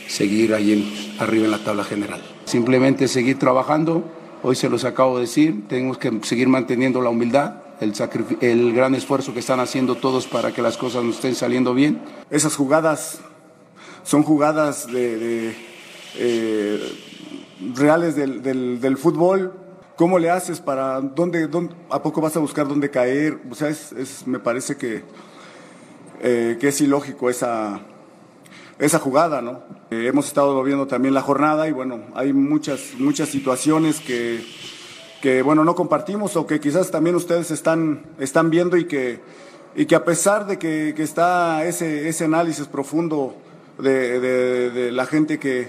seguir ahí en- arriba en la tabla general. Simplemente seguir trabajando, Hoy se los acabo de decir, tenemos que seguir manteniendo la humildad, el, sacrifi- el gran esfuerzo que están haciendo todos para que las cosas nos estén saliendo bien. Esas jugadas son jugadas de, de, eh, reales del, del- del fútbol. ¿Cómo le haces para dónde, dónde- a poco vas a buscar dónde caer? O sea, es, es- me parece que, eh, que es ilógico esa, esa jugada, ¿no? Eh, hemos estado viendo también la jornada y bueno, hay muchas, muchas situaciones que, que bueno no compartimos o que quizás también ustedes están, están viendo y que, y que a pesar de que, que está ese, ese análisis profundo de, de- de la gente que,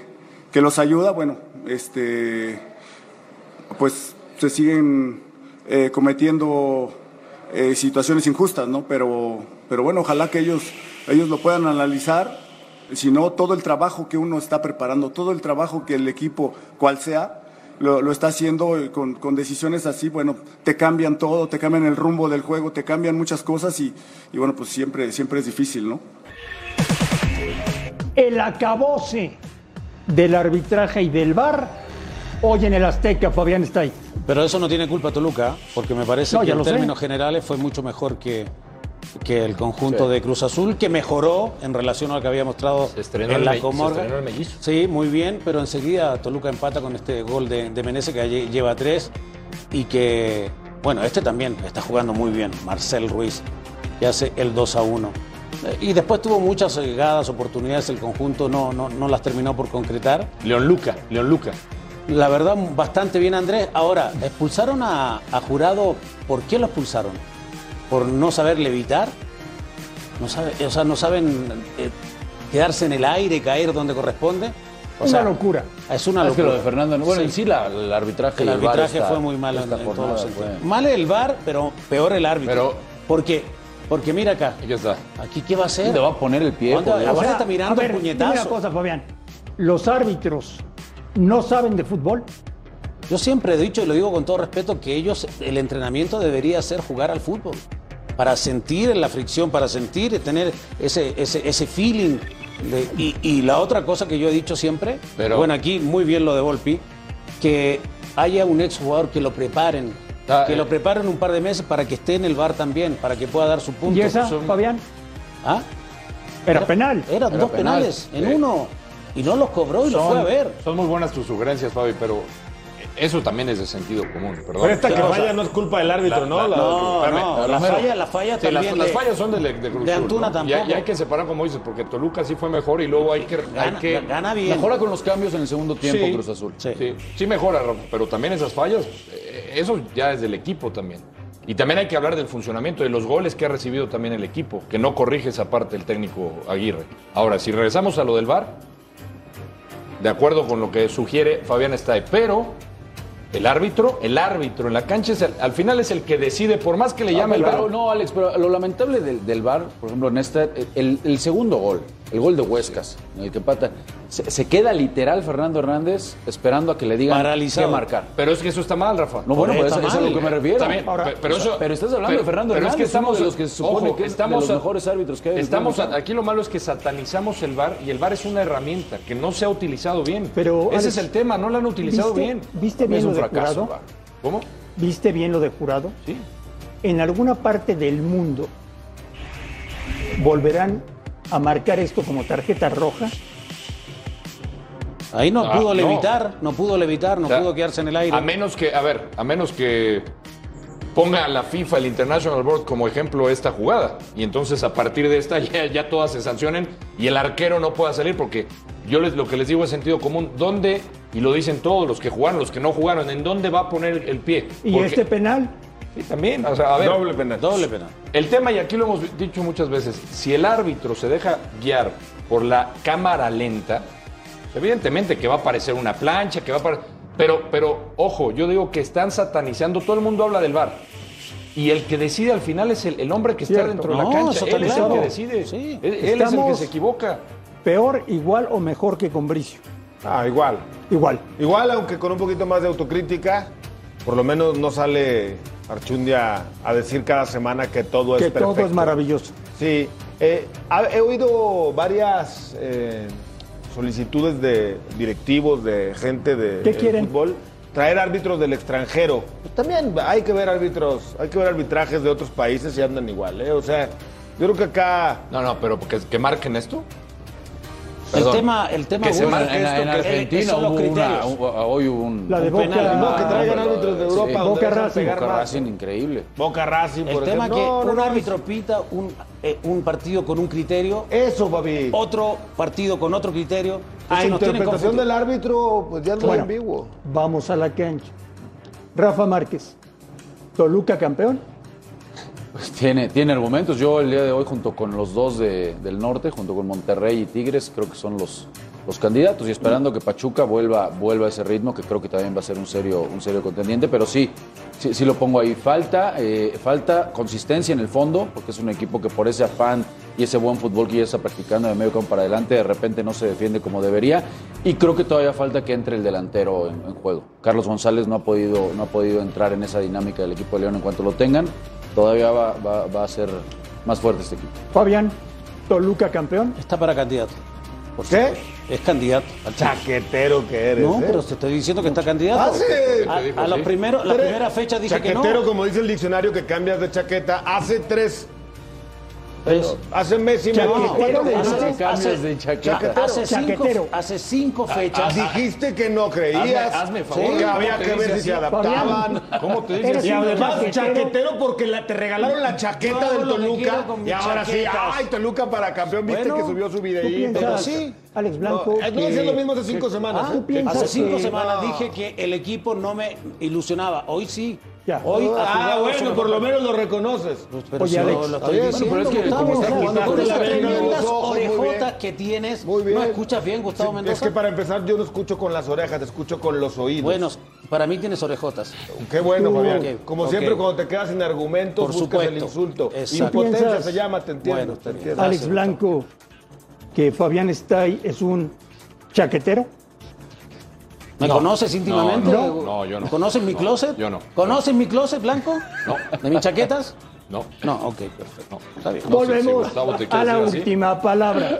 que los ayuda, bueno, este, pues se siguen eh, cometiendo eh, situaciones injustas, ¿no? Pero, pero bueno, ojalá que ellos, ellos lo puedan analizar, si no, todo el trabajo que uno está preparando, todo el trabajo que el equipo, cual sea, lo, lo está haciendo eh, con, con decisiones así, bueno, te cambian todo, te cambian el rumbo del juego, te cambian muchas cosas y, y bueno, pues siempre, siempre es difícil, ¿no? El acabose del arbitraje y del VAR hoy en el Azteca, Fabián está ahí. Pero eso no tiene culpa Toluca, porque me parece No, que ya en lo sé. términos generales fue mucho mejor que, que el conjunto de Cruz Azul, que mejoró en relación a lo que había mostrado en el la me- se Comorga. estrenó el mellizo. Sí, muy bien, pero enseguida Toluca empata con este gol de, de Menezes que lle- lleva tres y que, bueno, este también está jugando muy bien, Marcel Ruiz, que hace el 2 a 1. Eh, Y después tuvo muchas llegadas, oportunidades, el conjunto no, no, no las terminó por concretar. León Luca, León Luca. La verdad, bastante bien Andrés. Ahora, expulsaron a, a Jurado, ¿por qué lo expulsaron? ¿Por no saber levitar? No sabe, o sea, no saben eh, quedarse en el aire, caer donde corresponde. O sea, locura. Es una Es que locura. lo de Fernando, bueno, Sí. en sí la- el arbitraje, El y VAR arbitraje esta- fue muy malo en, esta en todos jornada los fue- sentidos. Mal el VAR, pero peor el árbitro. Pero- ¿Por qué? Porque mira acá. Aquí está. ¿Aquí qué va a hacer? ¿Dónde va a poner el pie? ¿Dónde- por Dios? Ahora está mirando a ver, el puñetazo. dime una cosa, Fabián. ¿Los árbitros no saben de fútbol? Yo siempre he dicho y lo digo con todo respeto que ellos, el entrenamiento debería ser jugar al fútbol. Para sentir la fricción, para sentir, tener ese, ese, ese feeling. de- y, y la otra cosa que yo he dicho siempre, Pero- bueno, aquí muy bien lo de Volpi, que haya un ex jugador que lo preparen. Ah, que eh. lo preparen un par de meses para que esté en el bar también, para que pueda dar su punto. ¿Y esa, Son- Fabián? ¿Ah? Era penal. Eran Era dos penal. penales en Sí. uno. Y no los cobró y los Son- fue a ver. Son muy buenas tus sugerencias, Fabi, pero Eso también es de sentido común, perdón. Pero esta que O sea, falla no es culpa del árbitro, la- ¿no? la- La- no, Espérame, no, la Romero. falla- la falla Sí, las- también Las de- fallas son de, Le- de Cruz de Azul, Antuna ¿no? tampoco. Y hay, y hay que separar, como dices, porque Toluca sí fue mejor y luego hay que. hay Gana- que gana bien. Mejora con los cambios en el segundo tiempo, Sí. Cruz Azul. Sí. sí, mejora, Rafa, pero también esas fallas, eh, eso ya es del equipo también. Y también hay que hablar del funcionamiento, de los goles que ha recibido también el equipo, que no corrige esa parte el técnico Aguirre. Ahora, si regresamos a lo del VAR, de acuerdo con lo que sugiere Fabián Estay, pero el árbitro, el árbitro en la cancha es el- al final es el que decide, por más que le llame Ah, el pero- VAR. No, Alex, pero lo lamentable del, del VAR, por ejemplo, en esta, el, el segundo gol, el gol de Huescas, en el que pata, se, se queda literal Fernando Hernández esperando a que le digan Paralizado. qué marcar. Pero es que eso está mal, Rafa. No, bueno, Está pues es, es a mal. lo que me refiero. También, pe- pero eso- pero estás hablando pero- de Fernando pero es Hernández, que estamos- uno de los que se supone ojo, que es estamos de los a- mejores árbitros que hay. en el Estamos fútbol. a- aquí lo malo es que satanizamos el VAR y el VAR es una herramienta que no se ha utilizado bien. Pero, ese Alex, es el tema, no la han utilizado ¿viste- bien. viste bien es un lo de fracaso. Jurado? VAR. ¿Cómo? ¿Viste bien lo de jurado? Sí. En alguna parte del mundo volverán a marcar esto como tarjeta roja. Ahí no Ah, pudo no. levitar, no pudo levitar, no O sea, pudo quedarse en el aire. A menos que, a ver, a menos que ponga a la FIFA, el International Board como ejemplo esta jugada. Y entonces a partir de esta ya, ya todas se sancionen y el arquero no pueda salir porque yo les, lo que les digo es sentido común. ¿Dónde, y lo dicen todos los que jugaron, los que no jugaron, en dónde va a poner el, el pie? Y Porque- este penal Sí, también. O sea, a ver, Doble penal. Doble penal. El tema, y aquí lo hemos dicho muchas veces, si el árbitro se deja guiar por la cámara lenta, evidentemente que va a aparecer una plancha, que va a aparecer... Pero, pero, ojo, yo digo que están satanizando, todo el mundo habla del bar. Y el que decide al final es el, el hombre que está Cierto. dentro de No, la cancha. Él es el satanizado. que decide. Él, él es el que Estamos- se equivoca. peor, igual o mejor que con Bricio. Ah, igual. Igual. Igual, aunque con un poquito más de autocrítica, por lo menos no sale Archundia a decir cada semana que todo Que es perfecto. todo es maravilloso. Sí. eh, ha- he oído varias eh, solicitudes de directivos, de gente de ¿Qué del quieren? fútbol, traer árbitros del extranjero. Pues también hay que ver árbitros, hay que ver arbitrajes de otros países y andan igual, ¿eh? O sea, yo creo que acá... No, no, pero que, que marquen esto. El Perdón. Ah, tema, el tema Que se Google, marque en- esto, en que- Argentina esos son los hubo una- criterios. u- hoy hubo un, La de un Boca- No, que traigan Pero- árbitros de Europa donde Boca les van a Racing. pegar Boca más. Racing, increíble. Boca Racing, El tema que un árbitro pita un, eh, un partido con un criterio. Eso, papi. Otro partido con otro criterio. La Ah, Entonces nos tienen interpretación confundidos. del árbitro, pues ya no Bueno. es ambiguo. Vamos a la cancha. Rafa Márquez, Toluca campeón. Tiene, tiene argumentos. Yo el día de hoy, junto con los dos de- del norte, junto con Monterrey y Tigres, creo que son los, los candidatos. Y esperando que Pachuca vuelva, vuelva a ese ritmo, que creo que también va a ser un serio, un serio contendiente. Pero sí, sí, sí lo pongo ahí. Falta, eh, falta consistencia en el fondo, porque es un equipo que por ese afán y ese buen fútbol que ya está practicando de medio campo para adelante, de repente no se defiende como debería. Y creo que todavía falta que entre el delantero en, en juego. Carlos González no ha, podido, no ha podido entrar en esa dinámica del equipo de León en cuanto lo tengan. Todavía va, va- va a ser más fuerte este equipo. Fabián, Toluca campeón. Está para candidato. ¿Por qué? Es candidato. al título. Chaquetero que eres. No, ¿eh? pero te estoy diciendo que está candidato. Ah, sí. A, a la, primero- la Tres- primera fecha dije que no. Chaquetero, como dice el diccionario, que cambias de chaqueta. Hace tres. Tres. Hace mes y medio. Chaquetero, ¿Cuándo hace- dijiste? hace- chaquetero. hace cinco- hace cinco fechas. Ah, dijiste que no creías. Hazme- hazme favor, Que ¿cómo había te que ver dice si se así? adaptaban. Fabián, ¿cómo te dice Y así? además, Chaquetero. chaquetero porque la- te regalaron la chaqueta Todo del lo que Toluca. quiero con Y mis ahora sí, chaquetas. ay, Toluca para campeón. Viste Bueno, que subió su ¿Tú videíto. piensas, Alex Blanco? No, eh, no, que- hacía lo mismo hace cinco que- semanas. Ah, ¿eh? ¿tú piensas Hace cinco que- Ah. semanas No. dije que el equipo no me ilusionaba. Hoy sí. Hoy ha Ah, jugado bueno, sobre por lo papel. menos lo reconoces. Pero si no, lo estoy diciendo, Gustavo, Gustavo, Quitaste con la las verga de los tremendas ojos, muy orejotas bien. que tienes. Muy bien. No escuchas bien, Gustavo Sí, Mendoza. Es que para empezar, yo no escucho con las orejas, escucho con los oídos. Bueno, para mí tienes orejotas. Qué bueno, Tú- Fabián. Ok, Como ok. siempre, cuando te quedas sin argumentos, Por buscas el supuesto. insulto. Exacto. Impotencia ¿Piensas? se llama, te entiendo. Bueno, te está bien. entiendo. Alex Blanco, que Fabián Estay es un chaquetero. ¿Me No. conoces íntimamente? No, no, no, yo no. ¿Conoces mi No, closet? yo no. ¿Conoces mi closet, Blanco? No. ¿De mis chaquetas? No. No, ok, perfecto. Está bien. Volvemos a la última palabra.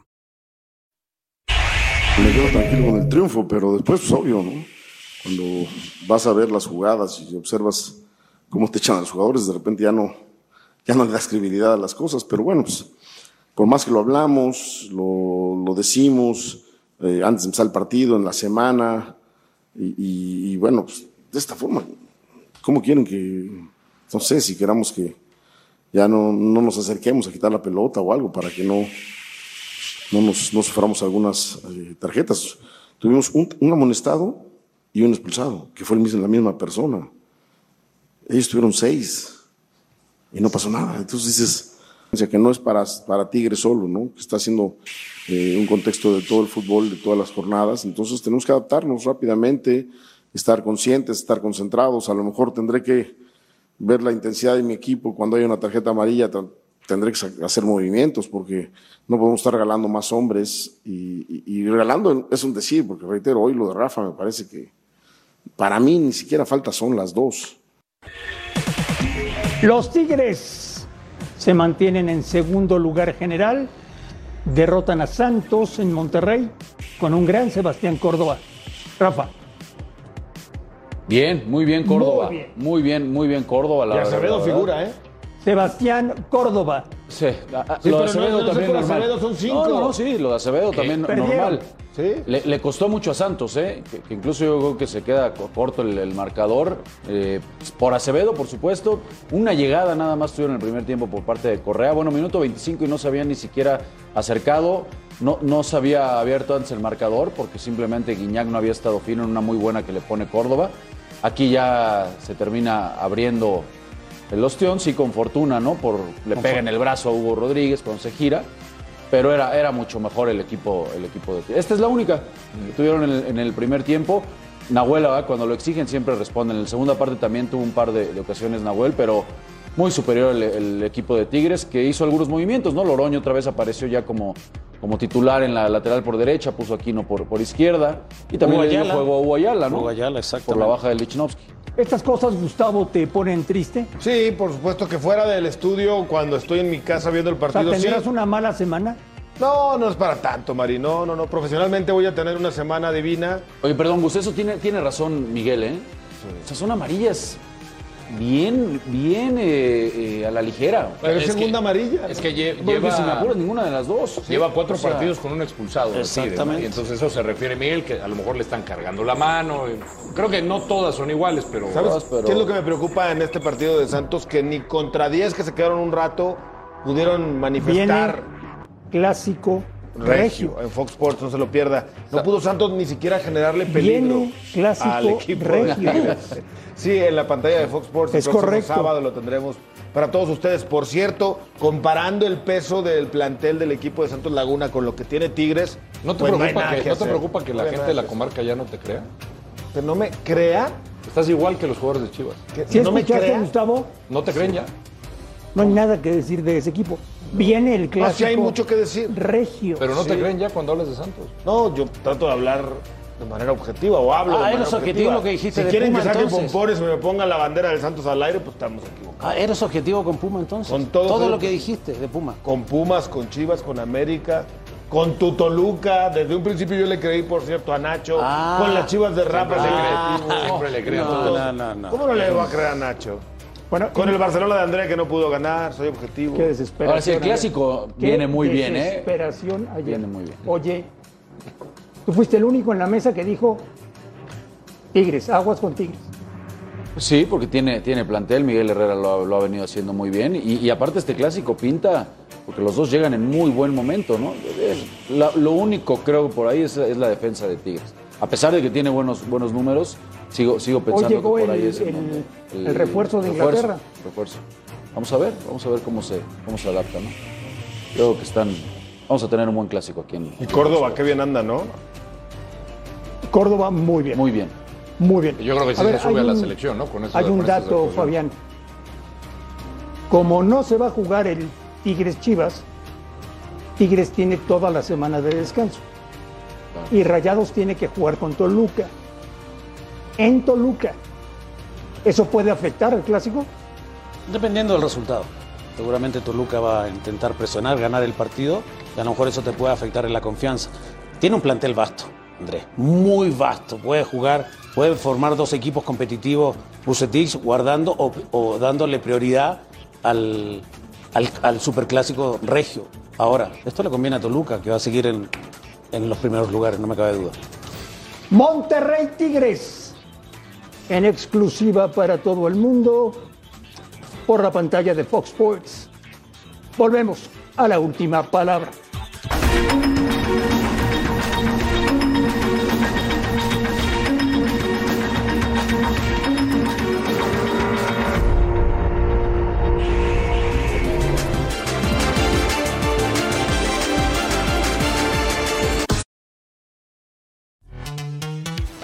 Me quedo tranquilo con el triunfo, pero después es obvio, ¿no? Cuando vas a ver las jugadas y observas cómo te echan a los jugadores, de repente ya no, ya no le das credibilidad a las cosas, pero bueno, pues por más que lo hablamos, lo, lo decimos eh, antes de empezar el partido, en la semana, y, y- y bueno, pues, de esta forma, ¿cómo quieren que, no sé, si queramos que ya no, no nos acerquemos a quitar la pelota o algo para que no, no nos no suframos algunas eh, tarjetas? Tuvimos un, un amonestado y un expulsado, que fue el mismo, la misma persona. Ellos tuvieron seis y no pasó nada. Entonces dices, o sea, que no es para, para Tigre solo, ¿no? Que está haciendo eh, un contexto de todo el fútbol, de todas las jornadas. Entonces tenemos que adaptarnos rápidamente, estar conscientes, estar concentrados. A lo mejor tendré que ver la intensidad de mi equipo cuando hay una tarjeta amarilla. tra- Tendré que sa- hacer movimientos porque no podemos estar regalando más hombres y, y- y regalando es un decir, porque reitero, hoy lo de Rafa me parece que para mí ni siquiera falta son las dos. Los Tigres se mantienen en segundo lugar general, derrotan a Santos en Monterrey con un gran Sebastián Córdoba. Rafa, Bien, muy bien Córdoba. Muy bien, muy bien, Córdoba. La Y verdad, Acevedo la verdad. figura, ¿eh? Sebastián Córdoba. Sí, a- a- Sí, lo de pero no- Acevedo no sé también por normal. Acevedo, son cinco. No, no, no, sí, lo de Acevedo también Perdieron. normal. Le, le costó mucho a Santos, ¿eh? que, que incluso yo creo que se queda co- corto el, el marcador. eh, por Acevedo, por supuesto. Una llegada nada más tuvieron en el primer tiempo por parte de Correa. Bueno, minuto 25 y no se había ni siquiera acercado. No, no se había abierto antes el marcador porque simplemente Guiñac no había estado fino en una muy buena que le pone Córdoba. Aquí ya se termina abriendo el ostión, sí, con fortuna, ¿no? Por, le pega en el brazo a Hugo Rodríguez cuando se gira. Pero era, era mucho mejor el equipo, el equipo de Esta es la única que tuvieron en el, en el primer tiempo. Nahuel, ¿verdad? cuando lo exigen, siempre responden. En la segunda parte también tuvo un par de, de ocasiones Nahuel, pero muy superior el, el equipo de Tigres, que hizo algunos movimientos, ¿no? Loroño otra vez apareció ya como, como titular en la lateral por derecha, puso Aquino por, por izquierda. Y también Hugo le dio Ayala. juego a Hugo Ayala, ¿no? Hugo Por la baja de Lichnowsky. ¿estas cosas, Gustavo, te ponen triste? Sí, por supuesto que fuera del estudio, cuando estoy en mi casa viendo el O sea, partido, sí. ¿Tendrás una mala semana? No, no es para tanto, Mari. No, no, no. Profesionalmente voy a tener una semana divina. Oye, perdón, Gus, eso tiene, tiene razón Miguel, ¿eh? O sea, son amarillas bien, bien eh, eh, a la ligera. Pero es Es que- segunda amarilla. Es que lle- Porque lleva, si me apuro, ninguna de las dos. lleva cuatro O sea, partidos con un expulsado. de Tigres, ¿no? Exactamente. Y entonces eso se refiere Miguel, que a lo mejor le están cargando la mano. y- Creo que no todas son iguales, pero... ¿Sabes qué es lo que me preocupa en este partido de Santos? Que ni contra 10 que se quedaron un rato pudieron manifestar Clásico regio. regio. En Fox Sports, no se lo pierda. No pudo Santos ni siquiera generarle peligro Viene clásico al equipo de regio. Tigres. Sí, en la pantalla de Fox Sports. el Es próximo correcto. sábado lo tendremos para todos ustedes. Por cierto, comparando el peso del plantel del equipo de Santos Laguna con lo que tiene Tigres, ¿No te, pues hay preocupa, nada que, no te hacer. preocupa que la No hay gente nada de la que hacer. comarca ya no te crea? ¿Que no me crea? Estás igual que los jugadores de Chivas. ¿Sí escuchaste, Gustavo? ¿No te creen ya? No hay nada que decir de ese equipo. Viene el clásico. No, sí hay mucho que decir. Regio. Pero no te Sí. creen ya cuando hablas de Santos. No, yo trato de hablar de manera objetiva o hablo. Ah, de era manera subjetivo objetiva. lo que dijiste Si de quieren Puma, que saquen entonces. pompones y me pongan la bandera del Santos al aire, pues estamos equivocados. Ah, eres objetivo con Puma entonces. Con todo, lo que dijiste de Puma. Con Pumas, con Chivas, con América, con tu Toluca. Desde un principio yo le creí, por cierto, a Nacho. Ah. con las Chivas de Rapa Siempre le le creí. creí. Siempre le creí a todos. No, no, no, no. ¿Cómo no le voy a creer a Nacho? Bueno, con el Barcelona de Andrea que no pudo ganar, soy objetivo. Qué desesperación. Ahora sí, el ayer. clásico Qué viene muy bien, ¿eh? Desesperación ayer. Viene muy bien. Oye, tú fuiste el único en la mesa que dijo Tigres, aguas con Tigres. Sí, porque tiene, tiene plantel, Miguel Herrera lo ha, lo ha venido haciendo muy bien. Y, y aparte este clásico pinta, porque los dos llegan en muy buen momento, ¿no? Es- la- lo único creo por ahí es, es la defensa de Tigres. A pesar de que tiene buenos, buenos números, sigo, sigo pensando Hoy llegó que por ahí el- es en el- donde- el refuerzo de Inglaterra. Refuerzo. Vamos a ver, vamos a ver cómo se, cómo se adapta, ¿no? Creo que están Vamos a tener un buen clásico aquí en. Y Córdoba, qué bien anda, ¿no? Córdoba muy bien. Muy bien. Muy bien. Yo creo que sí A ver, se sube hay a la un- selección, ¿no? Con eso Hay un con esas dato, actuaciones. Fabián. Como no se va a jugar el Tigres Chivas, Tigres tiene toda la semana de descanso. Y Rayados tiene que jugar con Toluca. En Toluca. ¿Eso puede afectar al clásico? Dependiendo del resultado. Seguramente Toluca va a intentar presionar, ganar el partido y a lo mejor eso te puede afectar en la confianza. Tiene un plantel vasto, Andrés, muy vasto. Puede jugar, puede formar dos equipos competitivos, Bucetich guardando o, o dándole prioridad al, al, al superclásico regio. Ahora, esto le conviene a Toluca, que va a seguir en, en los primeros lugares, no me cabe duda. Monterrey Tigres. En exclusiva para todo el mundo por la pantalla de Fox Sports. Volvemos a la última palabra.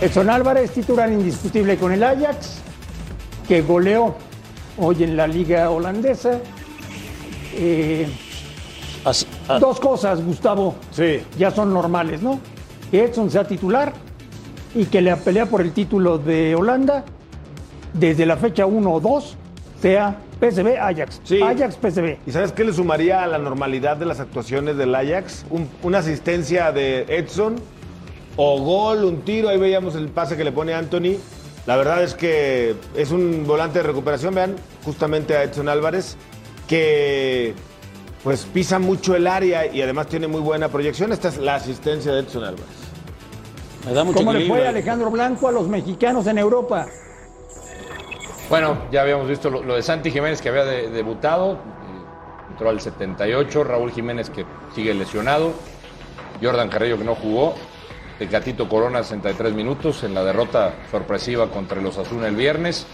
Edson Álvarez, titular indiscutible con el Ajax, que goleó hoy en la liga holandesa. Eh, Ah. Dos cosas, Gustavo, ya son normales, ¿no? Que Edson sea titular y que la pelea por el título de Holanda, desde la fecha 1 o 2, sea PSV Ajax. Ajax PSV. ¿Y sabes qué le sumaría a la normalidad de las actuaciones del Ajax? Un- una asistencia de Edson o gol, un tiro. Ahí veíamos el pase que le pone Anthony. La verdad es que es un volante de recuperación. Vean justamente a Edson Álvarez que pues pisa mucho el área y además tiene muy buena proyección. Esta es la asistencia de Edson Álvarez. Me da ¿eh? ¿Cómo le fue Alejandro Blanco a los mexicanos en Europa? Bueno, ya habíamos visto lo, lo de Santi Jiménez que había de- debutado, eh, entró al 78, Raúl Jiménez que sigue lesionado, Jordan Carrillo que no jugó, el Gatito Corona 63 minutos en la derrota sorpresiva contra los Asuna el viernes,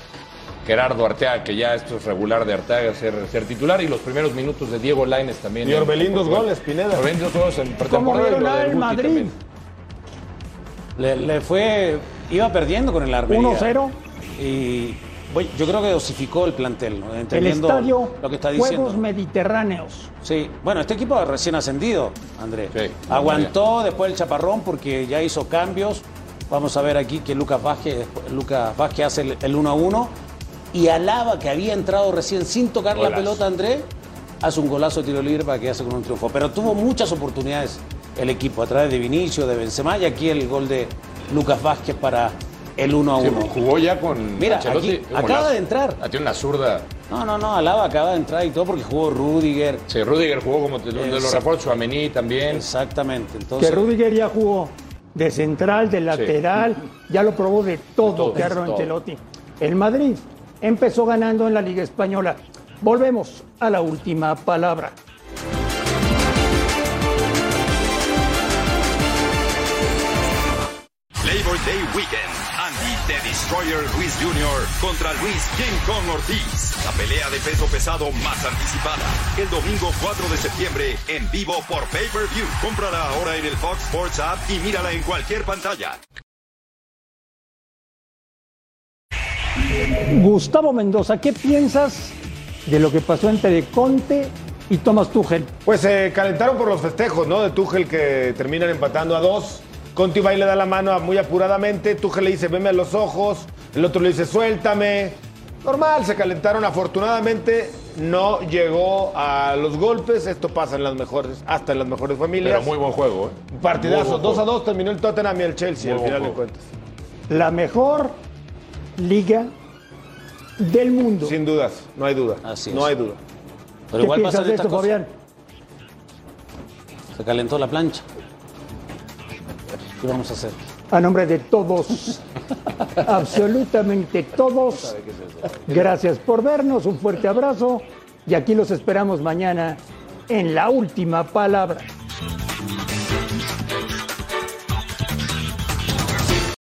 Gerardo Arteaga que ya esto es regular de Arteaga ser, ser titular y los primeros minutos de Diego Laines también. Y Orbelín En- dos goles, Pineda. Orbelín dos goles en ¿Cómo pretemporada y vieron lo del al Guti también. Madrid? Le, le fue, iba perdiendo con el Armería. 1-0. Y bueno, yo creo que dosificó el plantel, ¿no? El entendiendo estadio lo que está diciendo. Juegos Mediterráneos. Sí, bueno, este equipo recién ascendido, Andrés. Aguantó después el chaparrón porque ya hizo cambios. Vamos a ver aquí que Lucas Vázquez, Lucas Vázquez hace el, el 1 a 1. Y Alaba, que había entrado recién sin tocar la Golazo. pelota, Andrés, hace un golazo de tiro libre para quedarse con un triunfo. Pero tuvo muchas oportunidades el equipo a través de Vinicio, de Benzema y aquí el gol de Lucas Vázquez para el 1 a 1. jugó ya con Mira, Ancelotti, aquí un acaba golazo. de entrar. Ah, Tiene una zurda. No, no, no, Alaba acaba de entrar y todo porque jugó Rudiger. Sí, Rudiger jugó como de de los Exacto. refuerzos, Amení también. Exactamente, entonces. Que Rudiger ya jugó de central, de lateral, ya lo probó de todo, todo, Carlo de todo. Ancelotti. El Madrid empezó ganando en la Liga Española. Volvemos a la última palabra. Labor Day Weekend. Andy the Destroyer Luis Jr. contra Luis King Kong Ortiz. La pelea de peso pesado más anticipada. El domingo 4 de septiembre en vivo por Pay-Per-View. Cómprala ahora en el Fox Sports App y mírala en cualquier pantalla. Gustavo Mendoza, ¿qué piensas de lo que pasó entre Conte y Thomas Tuchel? Pues se calentaron por los festejos, ¿no? De Tuchel que terminan empatando a dos. Conti va y le da la mano a- muy apuradamente. Tuchel le dice, veme a los ojos. El otro le dice, suéltame. Normal, se calentaron. Afortunadamente no llegó a los golpes. Esto pasa en las mejores, hasta en las mejores familias. Pero muy buen juego, ¿eh? Muy Partidazo. buen 2 a juego. 2 terminó el Tottenham y el Chelsea Muy al final buen de cuentas. La mejor liga del mundo. Sin dudas, no hay duda. no hay duda. ¿Qué piensas de esto, Fabián? Se calentó la plancha. ¿Qué vamos a hacer? A nombre de todos, absolutamente todos, gracias por vernos, un fuerte abrazo y aquí los esperamos mañana en la última palabra.